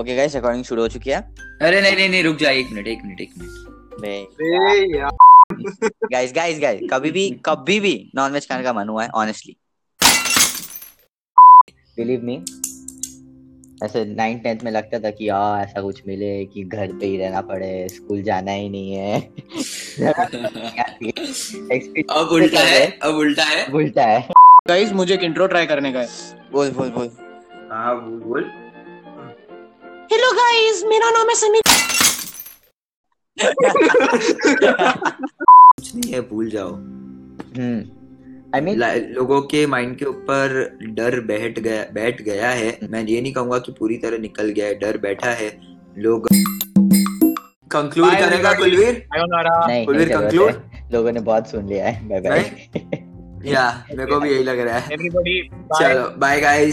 Okay guys recording शुरू हो चुकी है अरे नहीं नहीं नहीं रुक जा एक मिनट एक मिनट एक मिनट ए यार गाइस गाइस गाइस कभी भी कभी भी नॉनवेज खाने का मन हुआ है ऑनेस्टली बिलीव मी ऐसे नाइन टेंथ में लगता था कि यार ऐसा कुछ मिले कि घर पे ही रहना पड़े स्कूल जाना ही नहीं है Experience अब उल्टा है अब उल्टा है उल्टा है गाइस मुझे एक इंट्रो ट्राई करने का है बोल बोल बोल हाँ बोल बोल हेलो गाइस मेरा नाम है समीर कुछ नहीं है भूल जाओ हम्म आई मीन ला- लोगों के माइंड के ऊपर डर बैठ गया बैठ गया है मैं ये नहीं कहूंगा कि पूरी तरह निकल गया है डर बैठा है लोग कंक्लूड Bye, करेगा everybody. कुलवीर सायोनारा नहीं कुलवीर नहीं जरूरत conclude? है। लोगों ने बहुत सुन लिया है बाय बाय या मेरे को भी यही लग रहा है एवरीबॉडी चलो बाय गाइस